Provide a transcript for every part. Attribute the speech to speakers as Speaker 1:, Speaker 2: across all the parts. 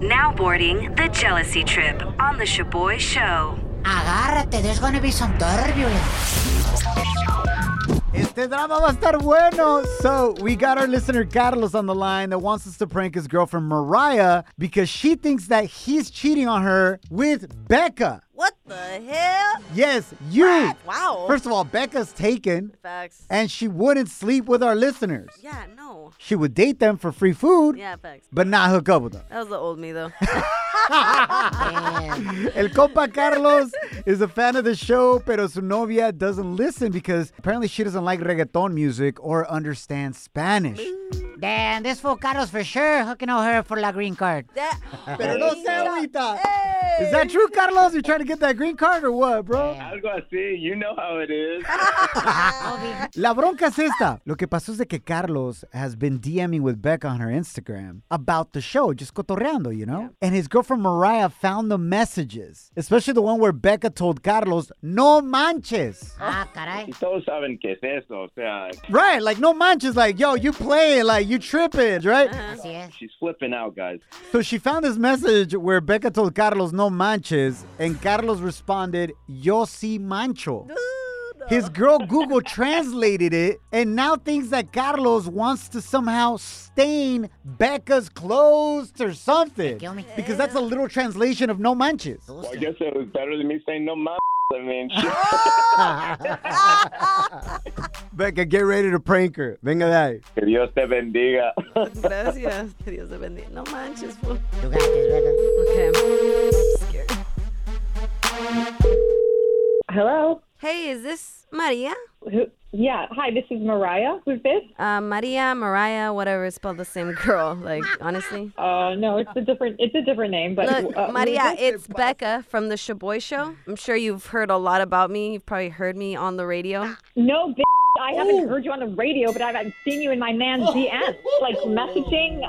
Speaker 1: Now boarding the jealousy trip on the Shaboy Show.
Speaker 2: Agárrate, there's gonna be some turbulence.
Speaker 3: Este drama va a estar bueno. So, we got our listener Carlos on the line that wants us to prank his girlfriend Mariah because she thinks that he's cheating on her with Becca.
Speaker 4: What the hell?
Speaker 3: Yes, you.
Speaker 4: Wow.
Speaker 3: First of all, Becca's taken
Speaker 4: Facts.
Speaker 3: and she wouldn't sleep with our listeners.
Speaker 4: Yeah, no.
Speaker 3: She would date them for free food,
Speaker 4: Yeah, facts.
Speaker 3: but not hook up with them.
Speaker 4: That was the old me, though.
Speaker 3: El compa Carlos is a fan of the show, pero su novia doesn't listen because apparently she doesn't like reggaeton music or understand Spanish.
Speaker 2: Damn, this fool Carlos for sure hooking on her for la green card.
Speaker 4: that.
Speaker 3: Pero no se agüita.
Speaker 4: Hey.
Speaker 3: Is that true, Carlos? You're trying to get that green card or what, bro?
Speaker 5: I was gonna say, you know how it is.
Speaker 2: Ah,
Speaker 3: La bronca es esta. Lo que pasó es de que Carlos has been DMing with Becca on her Instagram about the show, just cotorreando, you know? And his girlfriend Mariah found the messages, especially the one where Becca told Carlos, no manches.
Speaker 2: Ah, caray.
Speaker 5: Y todos saben qué es eso. O sea,
Speaker 3: Right, like no manches, like, yo, you playing, like, you tripping, right?
Speaker 2: Así es.
Speaker 5: she's flipping out, guys.
Speaker 3: So she found this message where Becca told Carlos, no manches, and Carlos responded, yo sí mancho. His girl Google translated it and now thinks that Carlos wants to somehow stain Becca's clothes or something.
Speaker 2: Kill me.
Speaker 3: Because that's a literal translation of no manches.
Speaker 5: Well, I guess it was better than me saying no mom. I mean,
Speaker 3: Becca, get ready to prank her. Venga de ahí.
Speaker 5: que Dios te bendiga.
Speaker 4: Gracias. Que Dios te bendiga. No manches, fool.
Speaker 2: You got this, brother.
Speaker 4: Okay. I'm scared.
Speaker 6: Hello.
Speaker 4: Hey, is this Maria?
Speaker 6: Who, yeah. Hi, this is Mariah. Who's this?
Speaker 4: Uh, Maria, Mariah, whatever is spelled the same girl. Like, honestly.
Speaker 6: Uh, no, it's a different. It's a different name. But
Speaker 4: Look,
Speaker 6: uh, who
Speaker 4: Maria,
Speaker 6: is this?
Speaker 4: it's Becca from the Shaboy Show. I'm sure you've heard a lot about me. You've probably heard me on the radio.
Speaker 6: no. B- I haven't heard you on the radio, but I've, I've seen you in my man's DMs, like messaging uh,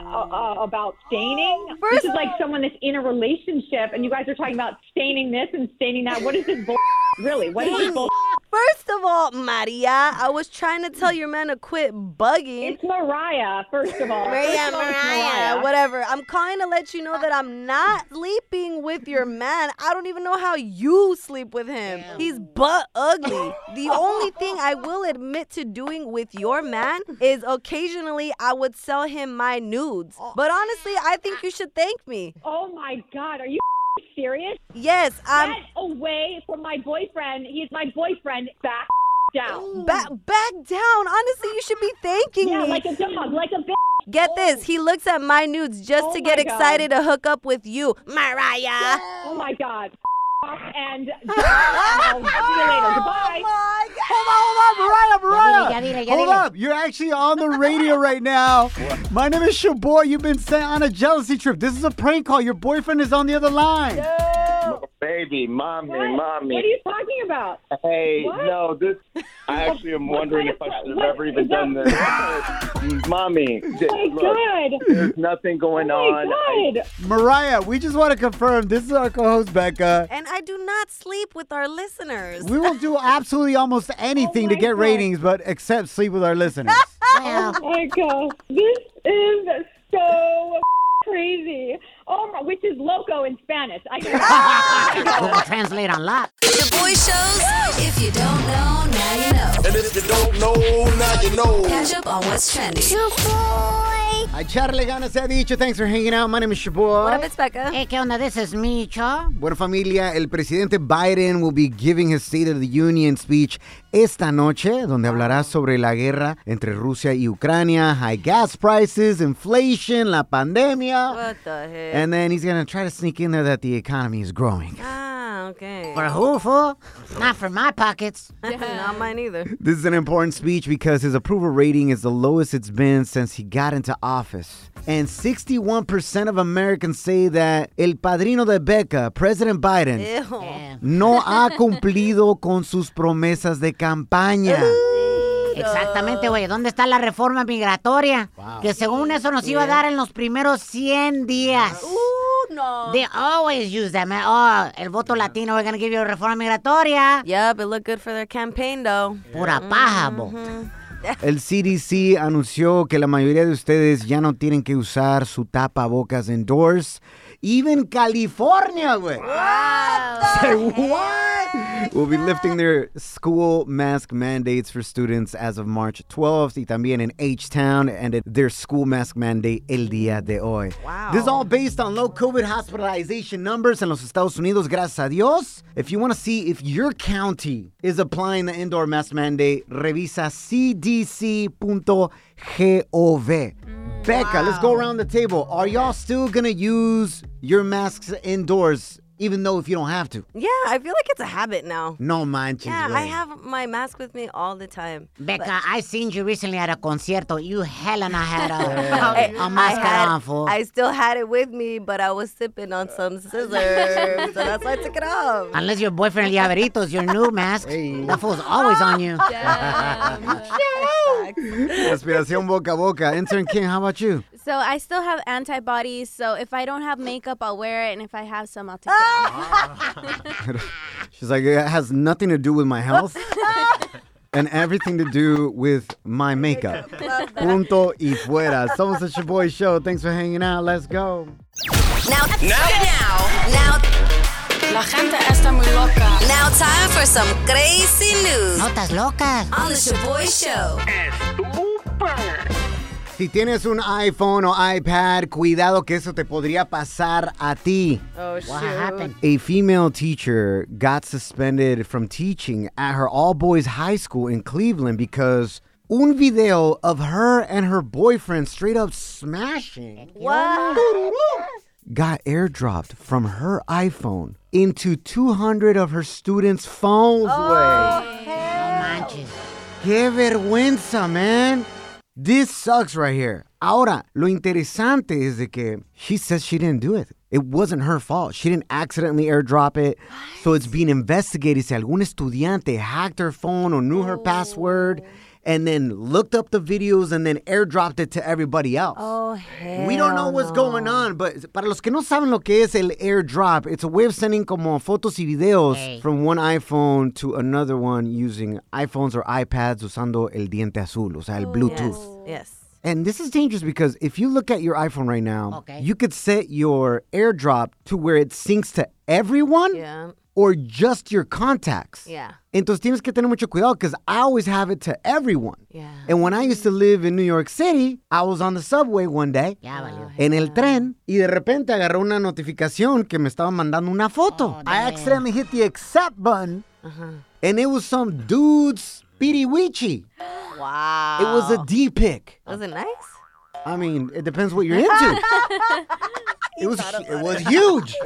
Speaker 6: uh, about staining.
Speaker 4: First-
Speaker 6: this is like someone that's in a relationship, and you guys are talking about staining this and staining that. What is this bull? Really? What is this bull?
Speaker 4: First of all, Maria, I was trying to tell your man to quit bugging.
Speaker 6: It's Mariah. First of all, First
Speaker 4: Maria,
Speaker 6: of all, it's
Speaker 4: Mariah, whatever. I'm calling to let you know that I'm not sleeping with your man. I don't even know how you sleep with him. He's butt ugly. the only thing I will admit to doing with your man is occasionally I would sell him my nudes. But honestly, I think you should thank me.
Speaker 6: Oh my God, are you serious?
Speaker 4: Yes, I'm
Speaker 6: Get away from my boyfriend. He's my boyfriend. Back down.
Speaker 4: back back down. Honestly, you should be thanking
Speaker 6: Yeah,
Speaker 4: me.
Speaker 6: like a dog, like a bitch.
Speaker 4: Get this. He looks at my nudes just
Speaker 6: Oh
Speaker 4: to get
Speaker 6: my God.
Speaker 4: excited to hook up with you, Mariah.
Speaker 6: Oh my god. F- off and I'll see you later. Goodbye.
Speaker 4: my
Speaker 3: Hold on, Mariah,
Speaker 2: Ya
Speaker 3: Mariah.
Speaker 2: dile, ya dile, ya
Speaker 3: Hold
Speaker 2: dile.
Speaker 3: up. You're actually on the radio right now. My name is your boy. You've been sent on a jealousy trip. This is a prank call. Your boyfriend is on the other line.
Speaker 5: Baby, mommy, mommy.
Speaker 6: What are you talking about?
Speaker 5: hey,
Speaker 6: What?
Speaker 5: no, this. I actually am wondering if I should have ever even done this. mommy, th-
Speaker 6: Oh
Speaker 5: look,
Speaker 6: my god.
Speaker 5: there's nothing going
Speaker 6: Oh
Speaker 5: on.
Speaker 6: my god.
Speaker 3: Mariah, we just want to confirm this is our co host, Becca.
Speaker 4: And I do not sleep with our listeners.
Speaker 3: We will do absolutely almost
Speaker 2: Oh
Speaker 3: anything to
Speaker 6: my
Speaker 3: get
Speaker 6: God.
Speaker 3: ratings, but except sleep with our listeners.
Speaker 2: Well,
Speaker 6: Oh my god. This is so crazy. Oh my which is loco in Spanish. I can
Speaker 2: Google Translate unlocked.
Speaker 7: Shaboy Shows. If you don't know, now you know.
Speaker 8: And if you don't know, now you know.
Speaker 7: Catch up on what's trending.
Speaker 3: I Charlie Gana se ha dicho. Thanks for hanging out. My name is Shaboy.
Speaker 4: What up, it's Becca.
Speaker 2: Hey, Eh, ¿qué onda? This is Micho.
Speaker 3: Bueno familia, el presidente Biden will be giving his State of the Union speech esta noche, donde hablará sobre la guerra entre Rusia y Ucrania, high gas prices, inflation, la pandemia,
Speaker 4: What the heck?
Speaker 3: and then he's gonna try to sneak in there that the economy is growing.
Speaker 4: ah, Okay.
Speaker 2: For who, fool? Not for my pockets.
Speaker 4: Not mine either.
Speaker 3: This is an important speech because his approval rating is the lowest it's been since he got into office. And 61% of Americans say that El Padrino de Becca, President Biden,
Speaker 4: Eh. Ew.
Speaker 2: eh,
Speaker 3: no ha cumplido con sus promesas de campaña.
Speaker 4: Eh.
Speaker 2: Exactamente, güey. ¿Dónde está la reforma migratoria? Que según eso nos iba a dar en los primeros 100 días.
Speaker 4: Ooh, no.
Speaker 2: They always use that, man. Oh, el voto latino, we're gonna give you a reforma migratoria.
Speaker 4: Yep, it looked good for their campaign though.
Speaker 2: Pura paja, bo.
Speaker 3: El CDC anunció que la mayoría de ustedes ya no tienen que usar su tapabocas indoors. Even California, güey. Say what? Will be lifting their school mask mandates for students as of March 12th. Y también in H-Town ended their school mask mandate el día de hoy. Wow. This is all based on low COVID hospitalization numbers en los Estados Unidos, gracias a Dios. If you want to see if your county is applying the indoor mask mandate, revisa cdc.gov. Becca, let's go around the table. Are y'all still gonna use your masks indoors, even though if you don't have to?
Speaker 4: Yeah, I feel like it's a habit now.
Speaker 3: No manches.
Speaker 4: Yeah, I
Speaker 3: güey.
Speaker 4: have my mask with me all the time.
Speaker 2: Becca, I seen you recently at a concierto. You hella not had
Speaker 4: Hey,
Speaker 2: a, a
Speaker 4: I,
Speaker 2: mask
Speaker 4: had-
Speaker 2: on, fool.
Speaker 4: I still had it with me, but I was sipping on some scissors, so that's why I took it off.
Speaker 2: Unless your boyfriend El Llaverito's your new mask. That fool's always on you.
Speaker 3: Respiración boca a boca. Intern King, how about you?
Speaker 9: So I still have antibodies. So if I don't have makeup, I'll wear it, and if I have some, I'll take it off.
Speaker 3: She's like, it has nothing to do with my health and everything to do with my makeup. Punto y fuera. Someone such a boy show. Thanks for hanging out. Let's go.
Speaker 7: Now, now, now,
Speaker 10: La gente está muy loca.
Speaker 7: now, time for some crazy news
Speaker 2: Notas locas.
Speaker 7: on the Shaboy Show.
Speaker 3: Si tienes un iPhone o iPad, cuidado que eso te podría pasar a ti.
Speaker 4: Oh shoot!
Speaker 2: What happened?
Speaker 3: A female teacher got suspended from teaching at her all boys high school in Cleveland because un video of her and her boyfriend straight up smashing got airdropped from her iPhone into 200 of her students' phones. way.
Speaker 2: Manches.
Speaker 3: Qué vergüenza, man. This sucks right here. Ahora, lo interesante es de que she says she didn't do it. It wasn't her fault. She didn't accidentally airdrop it. So it's being investigated. Si algún estudiante hacked her phone or knew her password and then looked up the videos and then airdropped it to everybody else.
Speaker 4: Oh hell!
Speaker 3: We don't know what's going on, but para los que no saben lo que es el airdrop, it's a way of sending como fotos y videos
Speaker 2: Hey.
Speaker 3: from one iPhone to another one using iPhones or iPads usando el diente azul, o sea, el Bluetooth.
Speaker 4: Oh, Yes.
Speaker 3: And this is dangerous because if you look at your iPhone right now,
Speaker 2: Okay.
Speaker 3: you could set your airdrop to where it syncs to everyone
Speaker 4: Yeah.
Speaker 3: or just your contacts.
Speaker 4: Yeah.
Speaker 3: Entonces tienes que tener mucho cuidado because I always have it to everyone.
Speaker 4: Yeah.
Speaker 3: And when I used to live in New York City, I was on the subway one day.
Speaker 2: Ya valió.
Speaker 3: En el tren y de repente agarró una notificación que me estaban mandando una
Speaker 4: Oh,
Speaker 3: foto. I accidentally hit the accept button and it was some dude's speedy weechy.
Speaker 4: Wow.
Speaker 3: It was a D pic.
Speaker 4: Was it nice?
Speaker 3: I mean, it depends what you're into. it was it was huge,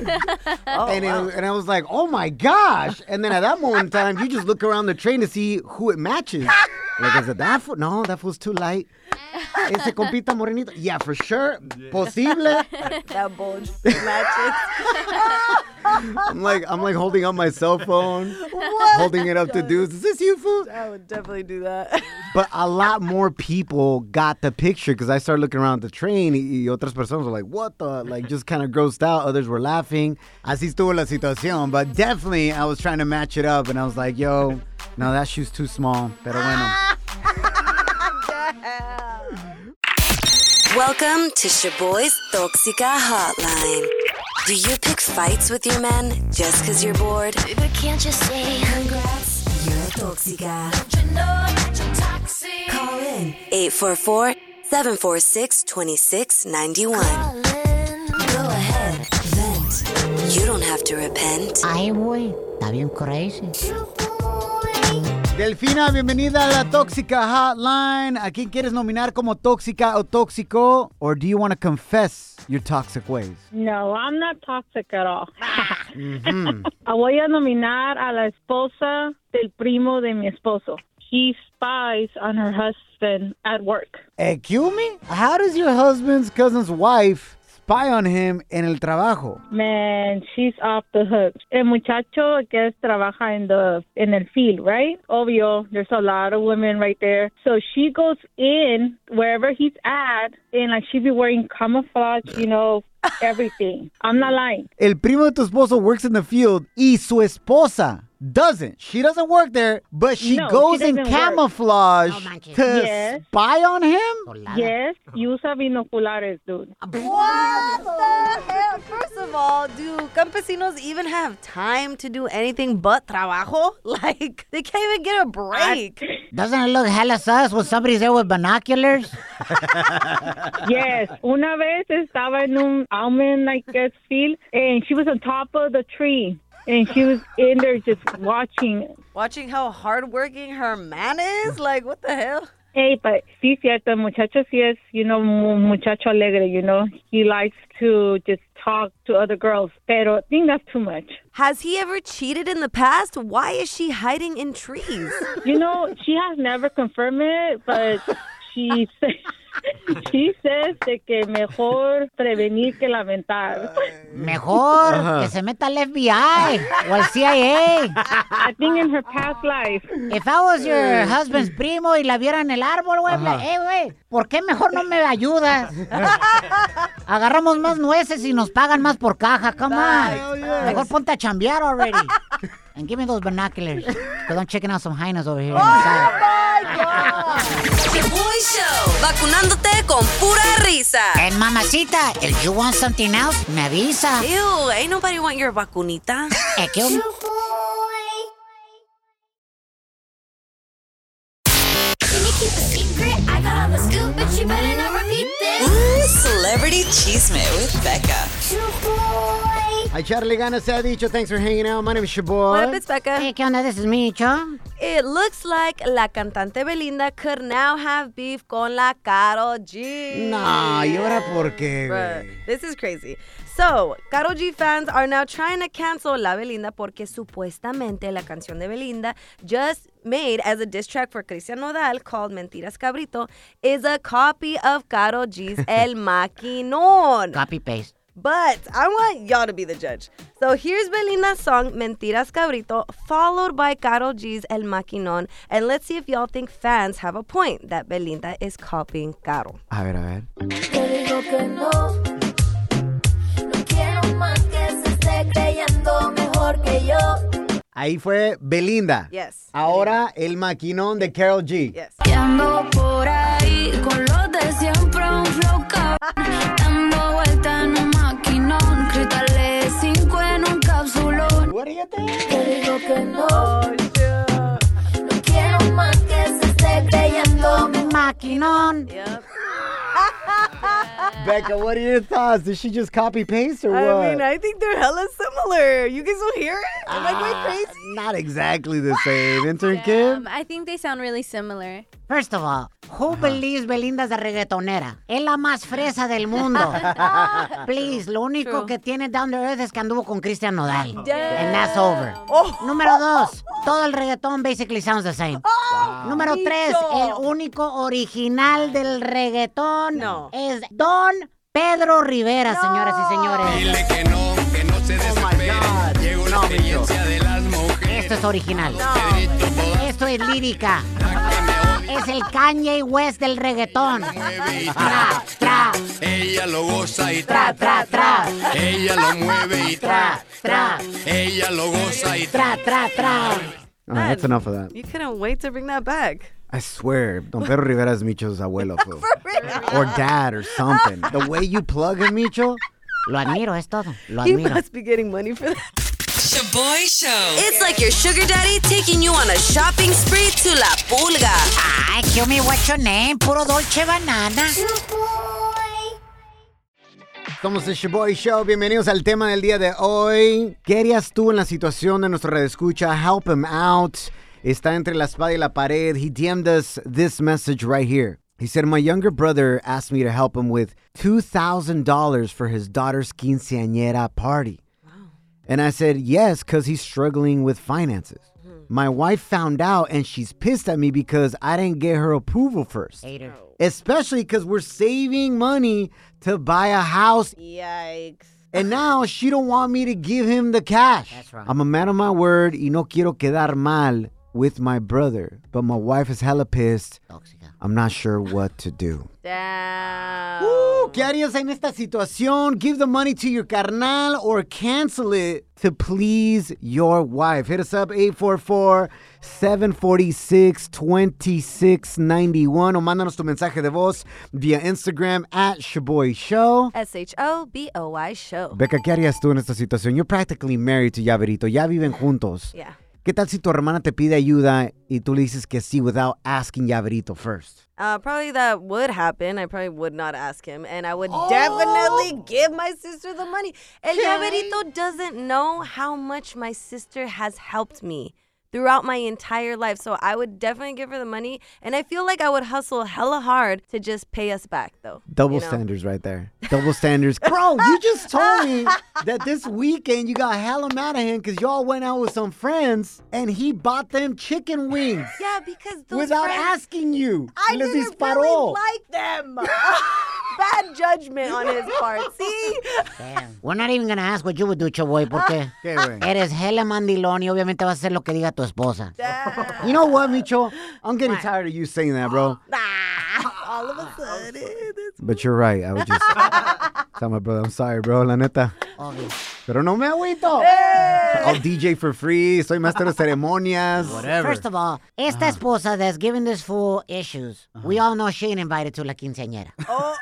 Speaker 3: and it, was- and I was like, oh my gosh! And then at that moment in time, you just look around the train to see who it matches. Like, is it that foot? No, that foot's too light. Ese compita morenito. Yeah, for sure. Posible.
Speaker 4: That bulge matches.
Speaker 3: I'm like, I'm like holding up my cell phone, holding it up to dudes. Is this you, fool?
Speaker 4: I would definitely do that.
Speaker 3: But a lot more people got the picture because I started looking around the train y y otras personas were like, what the? Like, just kind of grossed out. Others were laughing. Así estuvo la situación. But definitely, I was trying to match it up and I was like, yo, no, that shoe's too small. Pero bueno.
Speaker 7: Welcome to Shaboy's Toxica Hotline. Do you pick fights with your men just because you're bored? But can't you say congrats? You're a Toxica. Don't you know that you're toxic? Call in 844 746 2691. Go ahead, vent. You don't have to repent.
Speaker 2: Ay, güey. Está bien crazy.
Speaker 7: Shaboy.
Speaker 3: Delfina, bienvenida a la Tóxica Hotline. ¿A quién quieres nominar como tóxica o tóxico? Or do you want to confess your toxic ways?
Speaker 11: No, I'm not toxic at all.
Speaker 2: Mm-hmm.
Speaker 3: Mhm.
Speaker 11: Voy a nominar a la esposa del primo de mi esposo. He spies on her husband at work.
Speaker 3: Excuse me? How does your husband's cousin's wife spy on him en el trabajo?
Speaker 11: Man, she's off the hook. El muchacho que es- trabaja en the in el field, right? Obvio, there's a lot of women right there. So she goes in wherever he's at, and like she be wearing camouflage, you know, everything. I'm not lying.
Speaker 3: El primo de tu esposo works in the field y su esposa doesn't. She doesn't work there, but she
Speaker 11: No, she
Speaker 3: goes in
Speaker 11: doesn't work.
Speaker 3: camouflage
Speaker 11: No manches.
Speaker 3: to
Speaker 11: Yes.
Speaker 3: spy on him?
Speaker 11: Yes, you usa binoculares, dude.
Speaker 4: What the hell? First of all, do campesinos even have time to do anything but trabajo? Like, they can't even get a break.
Speaker 2: Doesn't it look hella sus when somebody's there with binoculars?
Speaker 11: yes. Una vez estaba en un almond, I guess, field, and she was on top of the tree, and she was in there just watching.
Speaker 4: Watching how hardworking her man is? Like, what the hell?
Speaker 11: Hey, but sí, cierto, el muchacho sí es, you know, mu- muchacho alegre, you know. He likes to just talk to other girls, pero I think that's too much.
Speaker 4: Has he ever cheated in the past? Why is she hiding in trees?
Speaker 11: You know, she has never confirmed it, but she says, she says de que mejor prevenir que lamentar.
Speaker 2: Mejor que se meta al FBI o al CIA.
Speaker 11: I think in her past life. Eh.
Speaker 2: If I was your husband's primo y la viera en el árbol, güey,
Speaker 3: Ajá.
Speaker 2: eh, güey, ¿por qué mejor no me ayudas? Agarramos más nueces y nos pagan más por caja, come on. Mejor ponte a chambear already. And give me those binoculars. Because I'm checking out some hyenas over here.
Speaker 7: The Boy Show. Vacunándote con pura risa.
Speaker 2: And mamacita, if you want something else, me avisa.
Speaker 7: Ew, ain't nobody want your vacunita.
Speaker 2: Eh, ¿qué hum-
Speaker 7: Celebrity Chisme with Becca.
Speaker 3: A Charlie Gana se ha dicho, thanks for hanging out. My name is
Speaker 4: What
Speaker 3: Shaboy.
Speaker 4: up, it's Becca.
Speaker 2: Hey, Eh, ¿qué onda? This is me, Cho.
Speaker 4: It looks like la cantante Belinda could now have beef con la Karol G.
Speaker 3: Nah, ¿y ahora por qué,
Speaker 4: Bruh,
Speaker 3: güey?
Speaker 4: This is crazy. So, Karol G fans are now trying to cancel La Belinda porque supuestamente la canción de Belinda, just made as a diss track for Cristian Nodal called Mentiras Cabrito, is a copy of Karol G's El Maquinón.
Speaker 2: Copy paste.
Speaker 4: But I want y'all to be the judge. So here's Belinda's song Mentiras Cabrito, followed by Karol G's El Maquinón. And let's see if y'all think fans have a point that Belinda is copying Karol.
Speaker 3: A ver, a ver.
Speaker 12: Te digo que no. No quiero más que se esté creyendo mejor que yo.
Speaker 3: Ahí fue Belinda.
Speaker 12: Yes.
Speaker 3: Ahora el maquinón de Carol G.
Speaker 12: Y ando por ahí con los de siempre un flow cabrón. Dando vuelta en un maquinón. Cristales cinco en un capsulón. Te digo que no. No quiero más que se esté creyendo
Speaker 2: maquinón.
Speaker 3: Becca, what are your thoughts? Did she just copy paste or what?
Speaker 4: I mean, I think they're hella similar. You guys will hear it? Am I going crazy?
Speaker 3: Ah, Not exactly the same. Intern Kim?
Speaker 9: Um, I think they sound really similar.
Speaker 2: First of all, who believes Belinda's a reggaetonera? Es la más fresa del mundo. Please, lo único que tiene Down the Earth es que anduvo con Cristian Nodal. And that's over. Número dos, todo el reggaetón basically sounds the same. Número tres, el único original del reggaetón es Don Pedro Rivera, señoras y señores.
Speaker 13: Dile que no, que no se
Speaker 6: Oh
Speaker 13: desesperen. Llegó la experiencia de las mujeres.
Speaker 2: Esto es original. Esto es lírica. Es el Kanye West del reggaetón. Tra, tra,
Speaker 13: Ella lo goza y
Speaker 2: tra, tra, tra.
Speaker 13: Ella lo mueve y
Speaker 2: tra, tra.
Speaker 13: Ella lo goza y
Speaker 2: tra, tra, tra.
Speaker 3: All right, that's enough of that.
Speaker 4: You couldn't wait to bring that back.
Speaker 3: I swear, Don Pedro Rivera is Micho's abuelo. fool. or dad or something. The way you plug him, Micho.
Speaker 2: Lo admiro, es todo. Lo
Speaker 4: He must be getting money for that.
Speaker 7: Shaboy Show. It's like your sugar daddy taking you on a shopping spree to La Pulga.
Speaker 2: Ay, kill me, what's your name? Puro dolce banana.
Speaker 3: Somos el Shaboy Show. Bienvenidos al tema del día de hoy. ¿Qué harías tú en la situación de nuestro redescucha? Help him out. está entre la espada y la pared. He DM'd us this message right here. He said, My younger brother asked me to help him with $2,000 for his daughter's quinceañera party. And I said, Yes, because he's struggling with finances. My wife found out and she's pissed at me because I didn't get her approval first.
Speaker 2: Hater.
Speaker 3: Especially because we're saving money to buy a house.
Speaker 4: Yikes.
Speaker 3: And now she don't want me to give him the cash.
Speaker 2: That's wrong.
Speaker 3: I'm a man of my word y no quiero quedar mal with my brother. But my wife is hella pissed. I'm not sure what to do. Ooh, ¿Qué harías en esta situación? Give the money to your carnal or cancel it to please your wife. Hit us up 844-746-2691 o mándanos tu mensaje de voz via Instagram at Shaboy Show.
Speaker 4: S H O B O Y show.
Speaker 3: Becca, ¿qué harías tú en esta situación? You're practically married to Yaverito. Ya viven juntos.
Speaker 4: Yeah.
Speaker 3: ¿Qué tal si tu hermana te pide ayuda y tú le dices que sí without asking Yaverito first?
Speaker 4: Uh, probably that would happen. I probably would not ask him, and I would
Speaker 3: Oh!
Speaker 4: definitely give my sister the money. El Llaverito doesn't know how much my sister has helped me throughout my entire life, so I would definitely give her the money. And I feel like I would hustle hella hard to just pay us back, though.
Speaker 3: Double standards right there. Double standards. Bro, you just told me that this weekend you got hella mad at him because y'all went out with some friends and he bought them chicken wings
Speaker 4: Yeah, because those
Speaker 3: without
Speaker 4: friends-
Speaker 3: asking you.
Speaker 4: I
Speaker 3: Les
Speaker 4: didn't
Speaker 3: disparó.
Speaker 4: really like them. Bad judgment on his part. See,
Speaker 2: We're not even gonna ask what you would do, Choboy, porque
Speaker 3: Qué güey.
Speaker 2: eres hella mandilón y obviamente vas a hacer lo que diga tu esposa.
Speaker 3: You know what, Micho? I'm getting tired of you saying that, bro.
Speaker 4: all of a sudden.
Speaker 3: But you're right. I would just tell my brother, I'm sorry, bro. La neta.
Speaker 2: Obvio.
Speaker 3: Pero no me agüito. I'll DJ for free. Soy master de ceremonias. Whatever.
Speaker 2: First of all, esta esposa that's giving this fool issues, we all know she ain't invited to la quinceañera.
Speaker 4: Oh,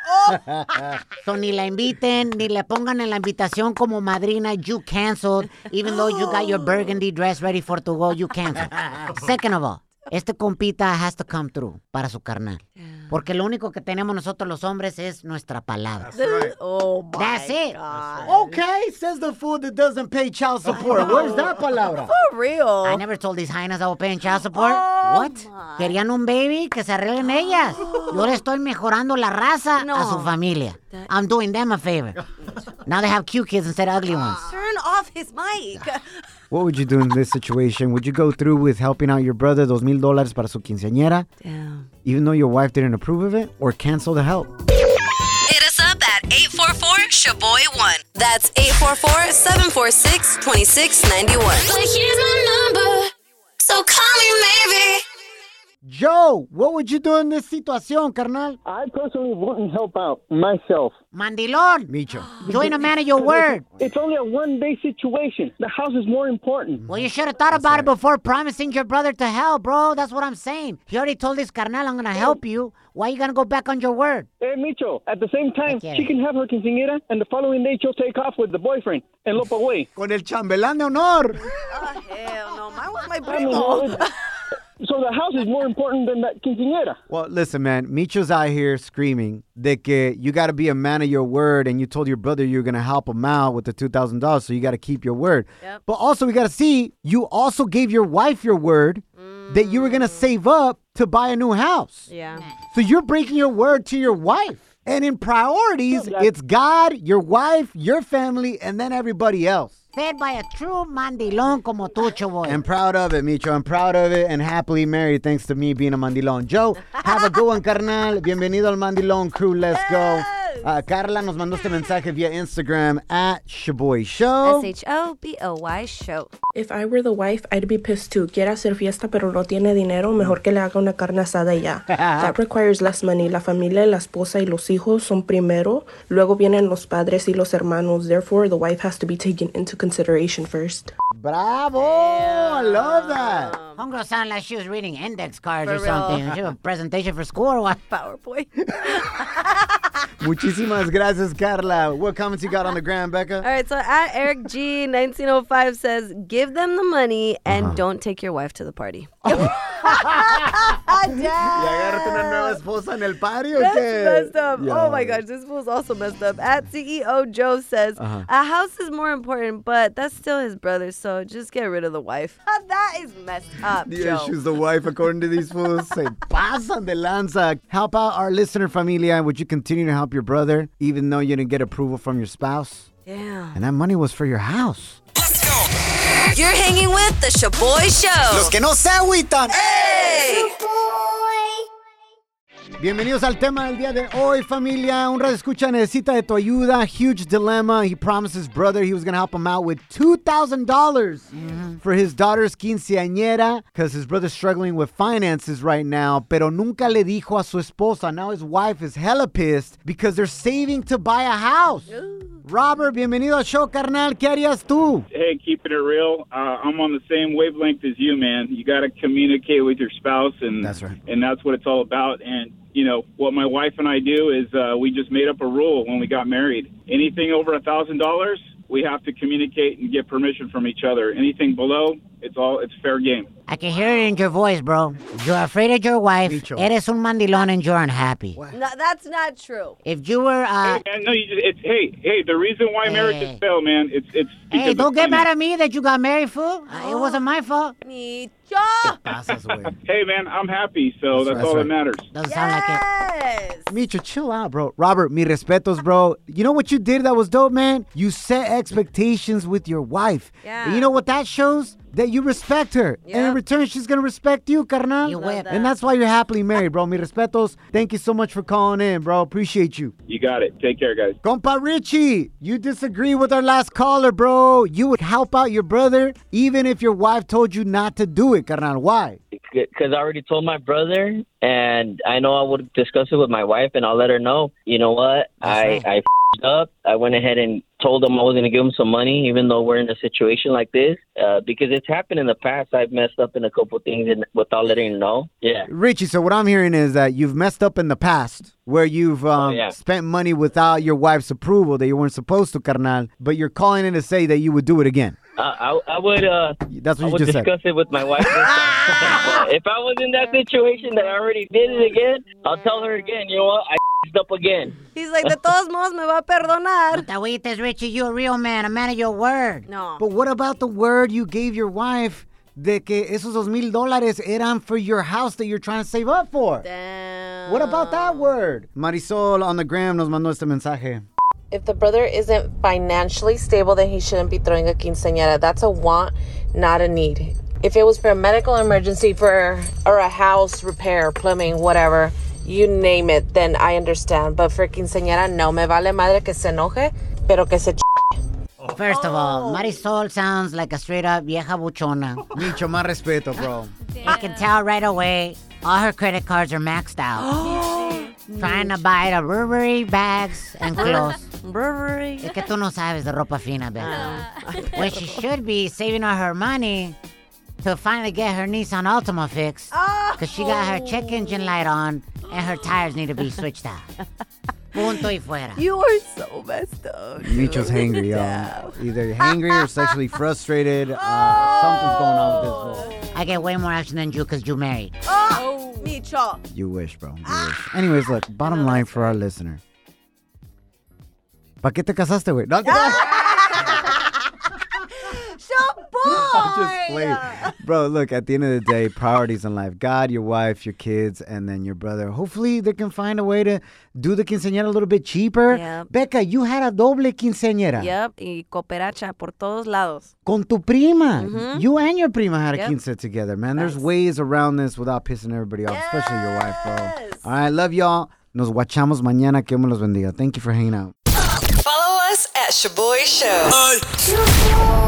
Speaker 2: So ni la inviten, ni le pongan en la invitación como madrina, you canceled. Even though you got your burgundy dress ready for to go, you canceled. Second of all, este compita has to come through para su carnal. Porque lo único que tenemos nosotros los hombres es nuestra palabra.
Speaker 4: Oh my
Speaker 2: That's it.
Speaker 4: god.
Speaker 3: Okay, says the fool that doesn't pay child support. Where's that palabra?
Speaker 4: For real.
Speaker 2: I never told these hyenas I was paying child support.
Speaker 4: Oh
Speaker 2: What? Querían un baby, que se arreglen ellas. Yo le estoy mejorando la raza a su
Speaker 4: No.
Speaker 2: familia. I'm doing them a favor. Now they have cute kids instead of ugly ones.
Speaker 4: Turn off his mic.
Speaker 3: What would you do in this situation? Would you go through with helping out your brother dos mil dólares para su quinceañera,
Speaker 4: Damn.
Speaker 3: even though your wife didn't approve of it, or cancel the help?
Speaker 7: Hit us up at 844-SHABOY1. That's 844-746-2691.
Speaker 12: But here's my number, so call me maybe.
Speaker 3: Joe, what would you do in this situation, carnal?
Speaker 5: I personally wouldn't help out myself.
Speaker 2: Mandilón,
Speaker 3: Micho.
Speaker 2: you ain't a man of your word.
Speaker 5: It's only a one day situation. The house is more important.
Speaker 2: Well, you should have thought about it before promising your brother to help, bro. That's what I'm saying. He already told this carnal, I'm going to help you. Why you going to go back on your word?
Speaker 5: Hey, Eh, Micho, at the same time,
Speaker 2: quiere.
Speaker 5: she can have her quinceañera, and the following day she'll take off with the boyfriend and lope away.
Speaker 3: Con el chambelán de honor.
Speaker 4: Oh, hell no. Mine was my
Speaker 5: I mean,
Speaker 14: Oh.
Speaker 4: primo.
Speaker 5: it's- so the house is more important than that quinceañera.
Speaker 3: Well, listen, man. Micho's out here screaming that uh, you got to be a man of your word, and you told your brother you were gonna help him out with the two thousand dollars, so you got to keep your word.
Speaker 4: Yep.
Speaker 3: But also, we got to see you also gave your wife your word that you were gonna save up to buy a new house.
Speaker 4: Mm. Yeah.
Speaker 3: So you're breaking your word to your wife. And in priorities, it's God, your wife, your family, and then everybody else.
Speaker 2: Said by a true mandilón como tú, boy.
Speaker 3: I'm proud of it, Micho. I'm proud of it and happily married thanks to me being a mandilón. Joe, have a good one, carnal. Bienvenido al mandilón crew. Let's go. Uh, Carla nos mandó este mensaje via Instagram at Shaboy Show.
Speaker 4: S H O B O Y show.
Speaker 15: If I were the wife, I'd be pissed too. Quiere hacer fiesta, pero no tiene dinero, mejor que le haga una carne asada y ya. That requires less money. La familia, la esposa y los hijos son primero, luego vienen los padres y los hermanos. Therefore, the wife has to be taken into consideration first.
Speaker 3: Bravo. I love that.
Speaker 2: Homegirl sounded like she was reading index cards
Speaker 4: For
Speaker 2: or
Speaker 4: real.
Speaker 2: something. She had a presentation for school or what?
Speaker 4: PowerPoint.
Speaker 3: Muchísimas gracias, Carla. What comments you got on the gram, Becca?
Speaker 4: All right, so at Eric G 1905 says, "Give them the money and don't take your wife to the party."
Speaker 3: ¿Y agarraste una nueva esposa en el patio o
Speaker 4: That's
Speaker 3: qué?
Speaker 4: messed up.
Speaker 3: Yeah.
Speaker 4: Oh my gosh, this fool's also messed up. At E." CEO Joe says,
Speaker 3: Uh-huh.
Speaker 4: "A house is more important, but that's still his brother, so just get rid of the wife." that is messed up,
Speaker 3: The
Speaker 4: Joe.
Speaker 3: issues the wife, according to these fools, se pasan de lanza. Help out our listener familia. Would you continue to help your brother, even though you didn't get approval from your spouse?
Speaker 4: Yeah.
Speaker 3: And that money was for your house.
Speaker 7: You're hanging with the Shaboy Show.
Speaker 3: Los que no se agüitan.
Speaker 7: ¡Ey!
Speaker 3: Bienvenidos al tema del día de hoy, familia. Un radio escucha necesita de tu ayuda. Huge dilemma. He promised his brother he was going to help him out with $2,000 dollars for his daughter's quinceañera because his brother's struggling with finances right now. Pero nunca le dijo a su esposa. Now his wife is hella pissed because they're saving to buy a house. Robert, bienvenido al show, carnal. ¿Qué harías tú?
Speaker 16: hey, keeping it real. Uh, I'm on the same wavelength as you, man. You got to communicate with your spouse, and that's right. And that's what it's all about. And you know what my wife and I do is uh, we just made up a rule when we got married. Anything over a thousand dollars, we have to communicate and get permission from each other. Anything below, it's all it's fair game.
Speaker 2: I can hear it in your voice, bro. You're afraid of your wife. Eres un mandilón and you're unhappy.
Speaker 4: No, that's not true.
Speaker 2: If you were, uh, eh,
Speaker 16: And no, you just, it's hey, hey. The reason why marriages fail, man, it's it's.
Speaker 2: hey,
Speaker 16: because
Speaker 2: don't
Speaker 16: of
Speaker 2: get
Speaker 16: money.
Speaker 2: mad at me that you got married, fool. Uh, It wasn't my fault.
Speaker 16: Hey, man, I'm happy, so that's, all that matters.
Speaker 2: Doesn't sound like it.
Speaker 3: Micho, chill out, bro. Robert, mi respetos, bro. You know what you did that was dope, man? You set expectations with your wife.
Speaker 2: Yeah.
Speaker 3: And you know what that shows? That you respect her. And in return, she's going to respect you, carnal.
Speaker 2: You whip.
Speaker 3: And that's why you're happily married, bro. Mi respetos. Thank you so much for calling in, bro. Appreciate you.
Speaker 16: You got it. Take care, guys.
Speaker 3: Compa Richie, you disagree with our last caller, bro. You would help out your brother even if your wife told you not to do it, carnal. Why?
Speaker 17: because I already told my brother, and I know I would discuss it with my wife, and I'll let her know. You know what? I
Speaker 3: right.
Speaker 17: I fed up. I went ahead and told him I was going to give him some money, even though we're in a situation like this, uh, because it's happened in the past. I've messed up in a couple things, and without letting her know. Yeah.
Speaker 3: Richie, so what I'm hearing is that you've messed up in the past where you've um,
Speaker 17: Oh, yeah.
Speaker 3: spent money without your wife's approval that you weren't supposed to, carnal, but you're calling in to say that you would do it again.
Speaker 17: I, I, I would. Uh,
Speaker 3: That's
Speaker 17: I
Speaker 3: what you
Speaker 17: would
Speaker 3: just said.
Speaker 17: discuss it with my wife. this time. if I was in that situation that I already did it again, I'll tell her again. You know what? I fed up again.
Speaker 4: He's like, de todos modos me va a perdonar.
Speaker 2: That way, Richie, you're a real man, a man of your word.
Speaker 4: No.
Speaker 3: But what about the word you gave your wife de que esos dos mil dólares eran for your house that you're trying to save up for? Damn. What about that word? Marisol on the gram nos mandó este mensaje.
Speaker 14: If the brother isn't financially stable, then he shouldn't be throwing a quinceañera. That's a want, not a need. If it was for a medical emergency, for or a house repair, plumbing, whatever, you name it, then I understand. But for quinceañera, no me vale madre que se enoje, pero que se ch-
Speaker 2: First of all, Marisol sounds like a straight up vieja buchona.
Speaker 3: Micho, más respeto, bro.
Speaker 2: I can tell right away all her credit cards are maxed out. Trying to buy the Burberry bags and clothes.
Speaker 4: Burberry.
Speaker 2: Es que tú no sabes de ropa fina, babe. When she should be saving all her money to finally get her Nissan Altima fixed. Because she got her check engine light on and her tires need to be switched out. Punto y fuera.
Speaker 4: You are so messed up.
Speaker 3: Micho's hangry, y'all. Either hangry or sexually frustrated. Uh, something's going on with this fool.
Speaker 2: I get way more action than you because you married.
Speaker 4: Oh, Ah. Micho.
Speaker 3: You wish, bro. You wish. Anyways, look, bottom line for our listener. ¿Pa qué te casaste, güey? No,
Speaker 4: Shaboy.
Speaker 3: Wait. Bro, look, at the end of the day, priorities in life God, your wife, your kids, and then your brother. Hopefully, they can find a way to do the quinceañera a little bit cheaper.
Speaker 4: Yep.
Speaker 3: Becca, you had a doble quinceañera.
Speaker 4: Yep, y cooperacha por todos lados.
Speaker 3: Con tu prima.
Speaker 4: Mhm.
Speaker 3: You and your prima had a
Speaker 4: Yep.
Speaker 3: quince together, man. There's ways around this without pissing everybody off, especially your wife, bro. All right, love y'all. Nos guachamos mañana. Que Dios me los bendiga. Thank you for hanging out.
Speaker 7: Follow us at Shaboy Show.